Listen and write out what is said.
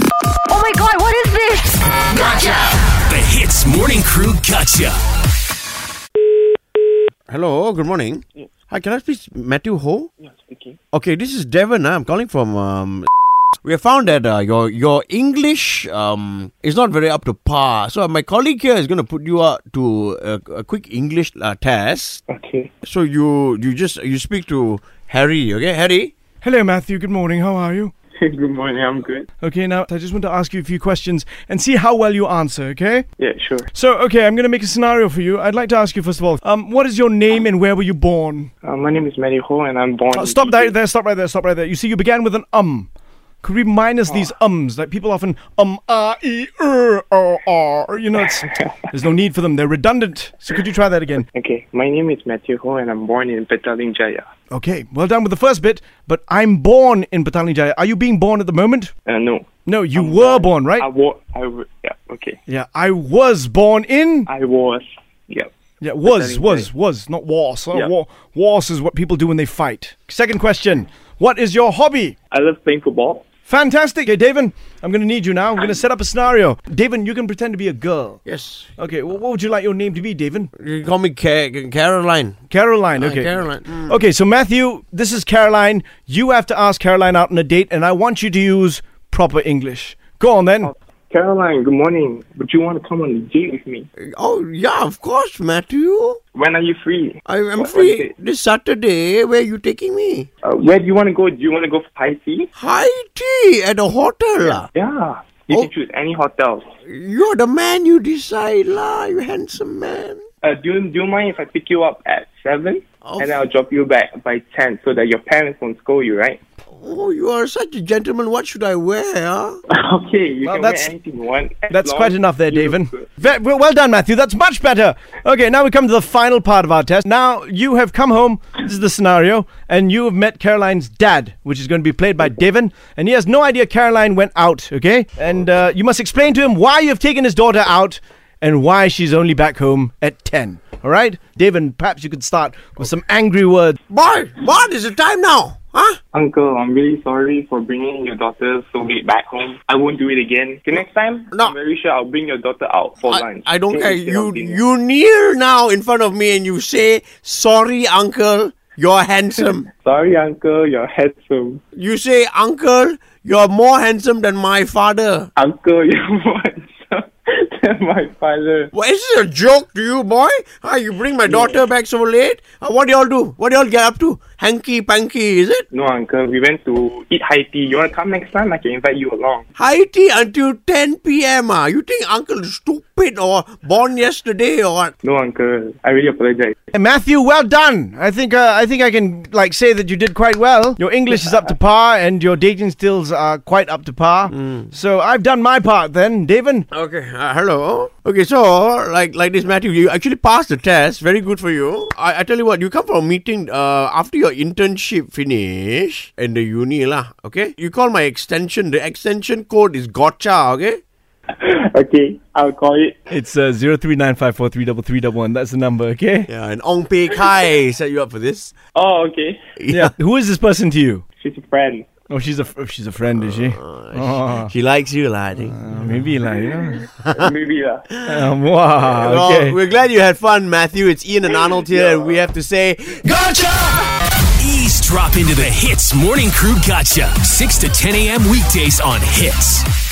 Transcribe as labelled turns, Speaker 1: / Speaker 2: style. Speaker 1: Oh my god, what is this?
Speaker 2: The Hits Morning Crew Gotcha.
Speaker 3: Hello, good morning. Hi, can I speak to Matthew Ho?
Speaker 4: Yeah, speaking.
Speaker 3: Okay, this is Devon. I'm calling from. Um, we have found that uh, your your English um, is not very up to par. So my colleague here is going to put you up to a, a quick English uh, test.
Speaker 4: Okay.
Speaker 3: So you you just you speak to Harry, okay, Harry?
Speaker 5: Hello, Matthew. Good morning. How are you?
Speaker 4: Good morning. I'm good.
Speaker 5: Okay, now I just want to ask you a few questions and see how well you answer, okay?
Speaker 4: Yeah, sure.
Speaker 5: So, okay, I'm going to make a scenario for you. I'd like to ask you, first of all, um, what is your name and where were you born?
Speaker 4: Uh, my name is Matthew Ho, and I'm
Speaker 3: Oh,
Speaker 4: born.
Speaker 5: Uh, stop right there, stop right there, stop right there. You see, you began with an um. Could we minus these ums? Like people often um, ah, e, er, or, or. You know, it's, there's no need for them. They're redundant. So could you try that again?
Speaker 4: Okay. My name is Matthew Ho, and I'm born in Petaling Jaya.
Speaker 5: Okay, well done with the first bit, but I'm born in Patani Jaya. Are you being born at the moment?
Speaker 4: Uh, no.
Speaker 5: No, you were born, right?
Speaker 4: I was. I w- yeah. Okay.
Speaker 5: yeah, I was born in.
Speaker 4: I was. Yeah.
Speaker 5: Yeah, was,
Speaker 4: Italian
Speaker 5: was, was, not wars. Uh,
Speaker 4: Yeah.
Speaker 5: War, wars is what people do when they fight. Second question What is your hobby?
Speaker 4: I love playing football.
Speaker 5: Fantastic. Hey, Davin, I'm going to need you now. I'm going to set up a scenario. Davin, you can pretend to be a girl.
Speaker 3: Yes.
Speaker 5: Okay, wh- what would you like your name to be, Davin?
Speaker 3: You can call me Ca- Caroline.
Speaker 5: Caroline, okay.
Speaker 3: Uh, Caroline. mm.
Speaker 5: Okay, so Matthew, this is Caroline. You have to ask Caroline out on a date, and I want you to use proper English. Go on
Speaker 3: Oh,
Speaker 5: then.
Speaker 4: Caroline, good morning. Would you want to come on a date with me?
Speaker 3: Oh, yeah, of course, Matthew.
Speaker 4: When are you free?
Speaker 3: I am
Speaker 4: What
Speaker 3: free
Speaker 4: is it?
Speaker 3: this Saturday. Where are you taking me?
Speaker 4: Uh, where do you want to go? Do you want to go for high tea?
Speaker 3: High tea at a hotel. lah.
Speaker 4: Yeah. You
Speaker 3: Oh.
Speaker 4: can choose any hotel.
Speaker 3: You're the man, you decide, lah. You handsome man.
Speaker 4: Uh, do you do you mind if I pick you up at seven,
Speaker 3: Oh.
Speaker 4: and I'll drop you back by ten, so that your parents won't scold you, right?
Speaker 3: Oh, you are such a gentleman. What should I wear? huh?
Speaker 4: Okay, you
Speaker 5: Well,
Speaker 4: can
Speaker 5: that's-
Speaker 4: wear anything you want. as
Speaker 5: That's
Speaker 4: long
Speaker 5: quite enough there,
Speaker 4: you
Speaker 5: Davin.
Speaker 4: look good.
Speaker 5: Ve- well well done, Matthew. That's much better. Okay, now we come to the final part of our test. Now, you have come home. This is the scenario. And you have met Caroline's dad, which is going to be played by Davin. And he has no idea Caroline went out, okay? And uh, you must explain to him why you have taken his daughter out and why she's only back home at 10. All right? Davin, perhaps you could start with some angry words.
Speaker 3: Boy, what is the time now? Huh?
Speaker 4: Uncle, I'm really sorry for bringing your daughter so late back home. I won't do it again. The next time,
Speaker 3: No.
Speaker 4: I'm very sure I'll bring your daughter out for
Speaker 3: I,
Speaker 4: lunch.
Speaker 3: I don't
Speaker 4: Okay,
Speaker 3: care.
Speaker 4: instead of
Speaker 3: You
Speaker 4: dinner.
Speaker 3: you kneel now in front of me and you say, "Sorry, uncle, you're handsome."
Speaker 4: Sorry, uncle, you're handsome.
Speaker 3: you say, "Uncle, you're more handsome than my father."
Speaker 4: Uncle, you're more handsome than my father.
Speaker 3: Well, is this a joke to you, boy? Huh, you bring my daughter back so late? Huh, what do y'all do? What do y'all get up to? Hanky panky, is it?
Speaker 4: No, uncle, we went to eat high tea. You want to come next time? I can invite you along.
Speaker 3: High tea until 10 p.m. Ah, You think uncle is stupid or born yesterday or what?
Speaker 4: No, uncle, I really apologize.
Speaker 5: And Matthew, well done. I think uh, I think I can like say that you did quite well. Your English is up to par, and your dating skills are quite up to par. So I've done my part then, Davin.
Speaker 3: Okay, uh, hello. Okay, so like like this, Matthew, you actually passed the test. Very good for you. I, I tell you what, you come for a meeting uh, after your internship finish in the uni lah. Okay, you call my extension. The extension code is gotcha. Okay.
Speaker 4: Okay, I'll call it.
Speaker 5: It's uh, zero three nine five four three double three double one. That's the number, okay?
Speaker 3: Yeah, and Ong Pei Kai set you up for this.
Speaker 4: Oh, okay.
Speaker 5: Yeah. Who is this person to you?
Speaker 4: She's a friend.
Speaker 5: Oh, she's a f- she's a friend, is she? Oh,
Speaker 3: She likes you, lah. I think.
Speaker 5: maybe like you know.
Speaker 4: Maybe uh, lah.
Speaker 5: Um, wow.
Speaker 3: Well,
Speaker 5: Okay.
Speaker 3: we're glad you had fun, Matthew. It's Ian and Arnold here, and we have to say,
Speaker 2: Eavesdrop into the Hits Morning Crew Gotcha. 6 to 10 a.m. weekdays on Hits.